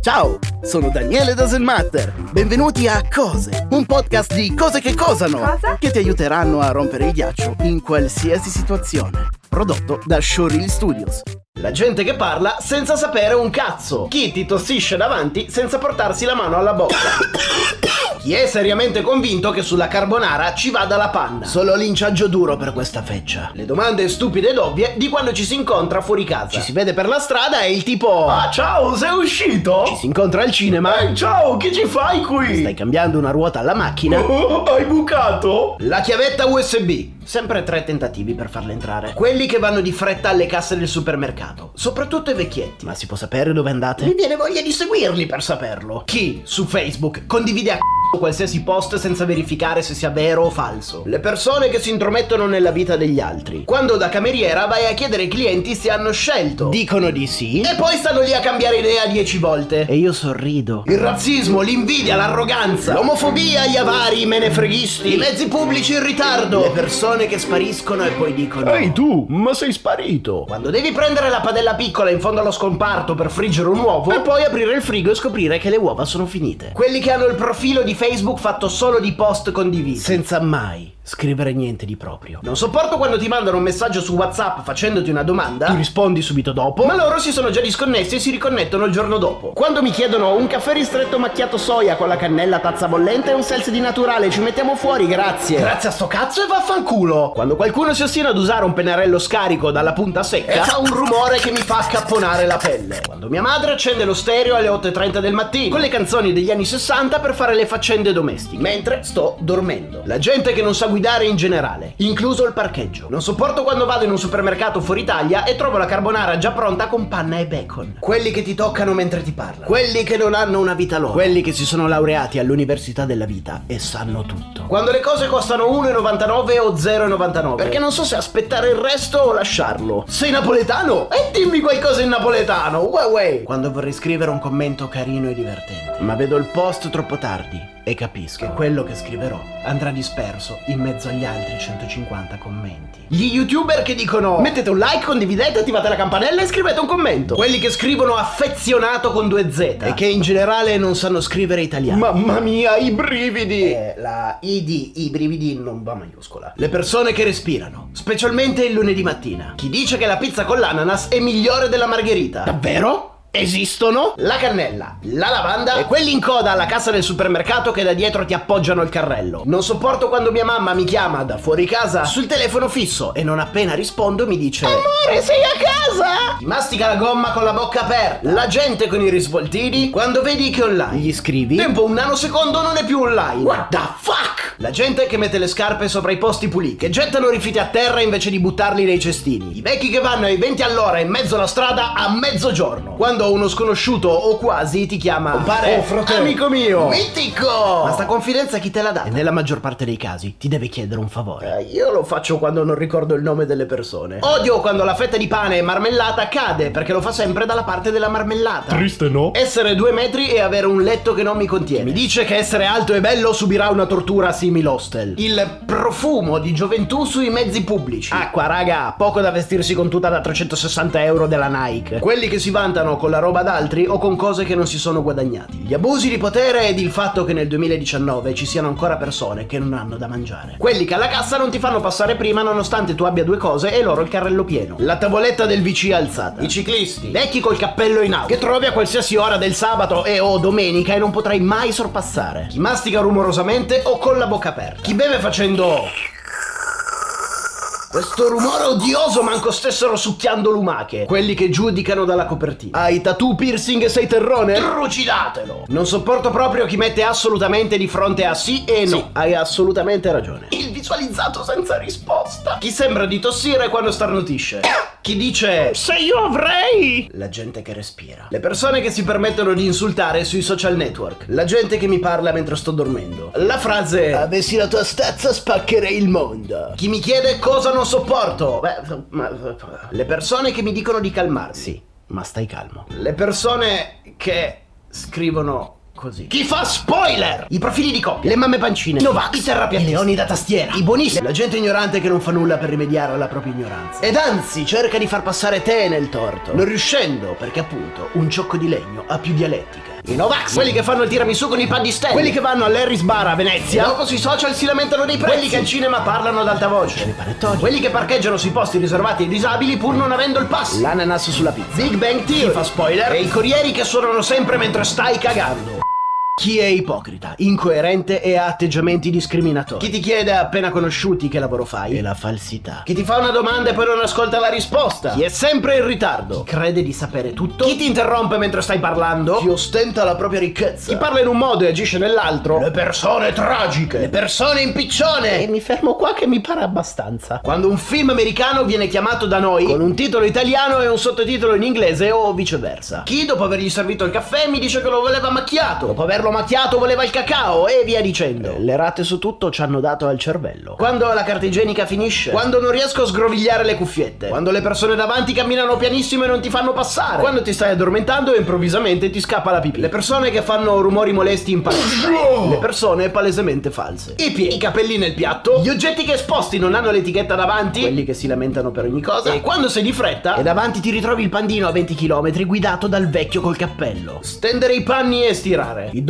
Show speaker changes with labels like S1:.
S1: Ciao, sono Daniele Doesn't Matter. Benvenuti a Cose, un podcast di cose che cosano,
S2: Cosa?
S1: che ti aiuteranno a rompere il ghiaccio in qualsiasi situazione. Prodotto da Showreel Studios.
S3: La gente che parla senza sapere un cazzo. Chi ti tossisce davanti senza portarsi la mano alla bocca. Chi è seriamente convinto che sulla carbonara ci vada la panna. Solo linciaggio duro per questa feccia. Le domande stupide ed ovvie di quando ci si incontra fuori casa. Ci si vede per la strada e il tipo... Ah, ciao, sei uscito? Ci si incontra al cinema. Ehi, Eh, ciao, che ci fai qui? Stai cambiando una ruota alla macchina. hai bucato? La chiavetta USB. Sempre tre tentativi per farle entrare. Quelli che vanno di fretta alle casse del supermercato, soprattutto i vecchietti. Ma si può sapere dove andate? Mi viene voglia di seguirli per saperlo. Chi su Facebook condivide a c***o qualsiasi post senza verificare se sia vero o falso? Le persone che si intromettono nella vita degli altri. Quando da cameriera vai a chiedere ai clienti se hanno scelto.
S1: Dicono di sì.
S3: e poi stanno lì a cambiare idea dieci volte.
S1: E io sorrido.
S3: Il razzismo, l'invidia, l'arroganza, l'omofobia, gli avari, i menefreghisti, i mezzi pubblici in ritardo, le persone che spariscono e poi dicono
S4: Ehi tu, ma sei sparito!
S3: Quando devi prendere la padella piccola in fondo allo scomparto per friggere un uovo e poi aprire il frigo e scoprire che le uova sono finite. Quelli che hanno il profilo di Facebook fatto solo di post condivisi.
S1: Senza mai scrivere niente di proprio.
S3: Non sopporto quando ti mandano un messaggio su WhatsApp facendoti una domanda. Tu rispondi subito dopo. Ma loro si sono già disconnessi e si riconnettono il giorno dopo. Quando mi chiedono un caffè ristretto macchiato soia con la cannella tazza bollente e un selfie di naturale, ci mettiamo fuori, grazie. Grazie a sto cazzo e vaffanculo. Quando qualcuno si ostina ad usare un pennarello scarico dalla punta secca, fa un rumore che mi fa scapponare la pelle. Quando mia madre accende lo stereo alle 8.30 del mattino con le canzoni degli anni 60 per fare le faccende domestiche, mentre sto dormendo. La gente che non sa guidare in generale, incluso il parcheggio. Non sopporto quando vado in un supermercato fuori Italia e trovo la carbonara già pronta con panna e bacon. Quelli che ti toccano mentre ti parlano. Quelli che non hanno una vita loro. Quelli che si sono laureati all'università della vita e sanno tutto. Quando le cose costano 1,99 o 0,99. Perché non so se aspettare il resto o lasciarlo. Sei napoletano? E dimmi qualcosa in napoletano. Uè uè. Quando vorrei scrivere un commento carino e divertente. Ma vedo il post troppo tardi e capisco che quello che scriverò andrà disperso in mezzo agli altri 150 commenti. Gli youtuber che dicono mettete un like, condividete, attivate la campanella e scrivete un commento. Quelli che scrivono affezionato con due Z e che in generale non sanno scrivere italiano.
S4: Mamma mia, i brividi!
S3: Eh, la ID, i brividi non va maiuscola. Le persone che respirano, specialmente il lunedì mattina. Chi dice che la pizza con l'ananas è migliore della margherita?
S1: Davvero?
S3: Esistono la cannella, la lavanda e quelli in coda alla cassa del supermercato che da dietro ti appoggiano il carrello. Non sopporto quando mia mamma mi chiama da fuori casa sul telefono fisso e non appena rispondo mi dice Amore, sei a casa? Ti mastica la gomma con la bocca aperta. La gente con i risvoltini quando vedi che è online.
S1: Gli scrivi?
S3: Tempo un nanosecondo non è più online. What the fuck? La gente che mette le scarpe sopra i posti puliti, che gettano rifiuti a terra invece di buttarli nei cestini. I vecchi che vanno ai 20 all'ora in mezzo alla strada a mezzogiorno. Quando uno sconosciuto o quasi ti chiama Compare,
S4: Oh, fratello.
S3: amico mio,
S1: Mitico!
S3: ma sta confidenza chi te la dà?
S1: E nella maggior parte dei casi ti deve chiedere un favore.
S3: Eh, Io lo faccio quando non ricordo il nome delle persone. Odio quando la fetta di pane e marmellata cade perché lo fa sempre dalla parte della marmellata.
S4: Triste no?
S3: Essere due metri e avere un letto che non mi contiene. Mi dice che essere alto e bello subirà una tortura simil hostel. Il profumo di gioventù sui mezzi pubblici. Acqua, raga, poco da vestirsi con tuta da 360 euro della Nike. Quelli che si vantano con la roba d'altri o con cose che non si sono guadagnati. Gli abusi di potere ed il fatto che nel 2019 ci siano ancora persone che non hanno da mangiare. Quelli che alla cassa non ti fanno passare prima nonostante tu abbia due cose e loro il carrello pieno. La tavoletta del VC alzata. I ciclisti. Vecchi col cappello in auto. Che trovi a qualsiasi ora del sabato e o domenica e non potrai mai sorpassare. Chi mastica rumorosamente o con la bocca aperta. Chi beve facendo... Questo rumore odioso manco stessero succhiando lumache. Quelli che giudicano dalla copertina. Hai tattoo piercing e sei terrone? Trucidatelo! Non sopporto proprio chi mette assolutamente di fronte a sì e no. hai assolutamente ragione. Il visualizzato senza risposta. Chi sembra di tossire quando starnutisce. chi dice
S4: Se io avrei!
S3: la gente che respira. Le persone che si permettono di insultare sui social network. La gente che mi parla mentre sto dormendo. La frase Avessi la tua stazza spaccherei il mondo. Chi mi chiede cosa non sopporto. Beh, ma- le persone che mi dicono di calmarsi.
S1: Ma stai calmo.
S3: Le persone che scrivono così. Chi fa spoiler? I profili di coppia, le mamme pancine, i Novax, i terrapiattisti, i leoni da tastiera, i buonisti, la gente ignorante che non fa nulla per rimediare alla propria ignoranza. Ed anzi, cerca di far passare te nel torto, non riuscendo, perché appunto un ciocco di legno ha più dialettica. I Novax, quelli che fanno il tiramisù con i paddistelli, quelli che vanno all'Harris Bar a Venezia, e dopo sui social si lamentano dei prezzi, quelli che al cinema parlano ad alta voce, nei panettoni, quelli che parcheggiano sui posti riservati ai disabili pur non avendo il pass, l'ananas sulla pizza, Big Bang Theory, chi fa spoiler, e i corrieri che suonano sempre mentre stai cagando. Chi è ipocrita, incoerente e ha atteggiamenti discriminatori? Chi ti chiede appena conosciuti che lavoro fai? E la falsità. Chi ti fa una domanda e poi non ascolta la risposta? Chi è sempre in ritardo? Chi crede di sapere tutto? Chi ti interrompe mentre stai parlando? Chi ostenta la propria ricchezza? Chi parla in un modo e agisce nell'altro? Le persone tragiche! Le persone in piccione! E mi fermo qua che mi pare abbastanza. Quando un film americano viene chiamato da noi con un titolo italiano e un sottotitolo in inglese o viceversa. Chi dopo avergli servito il caffè mi dice che lo voleva macchiato, dopo averlo macchiato voleva il cacao e via dicendo. Le rate su tutto ci hanno dato al cervello. Quando la carta igienica finisce, quando non riesco a sgrovigliare le cuffiette, quando le persone davanti camminano pianissimo e non ti fanno passare, quando ti stai addormentando e improvvisamente ti scappa la pipì. Le persone che fanno rumori molesti in palestra. Le persone palesemente false. I piedi, i capelli nel piatto, gli oggetti che esposti non hanno l'etichetta davanti, quelli che si lamentano per ogni cosa, e quando sei di fretta e davanti ti ritrovi il pandino a 20 km guidato dal vecchio col cappello. Stendere i panni e stirare. I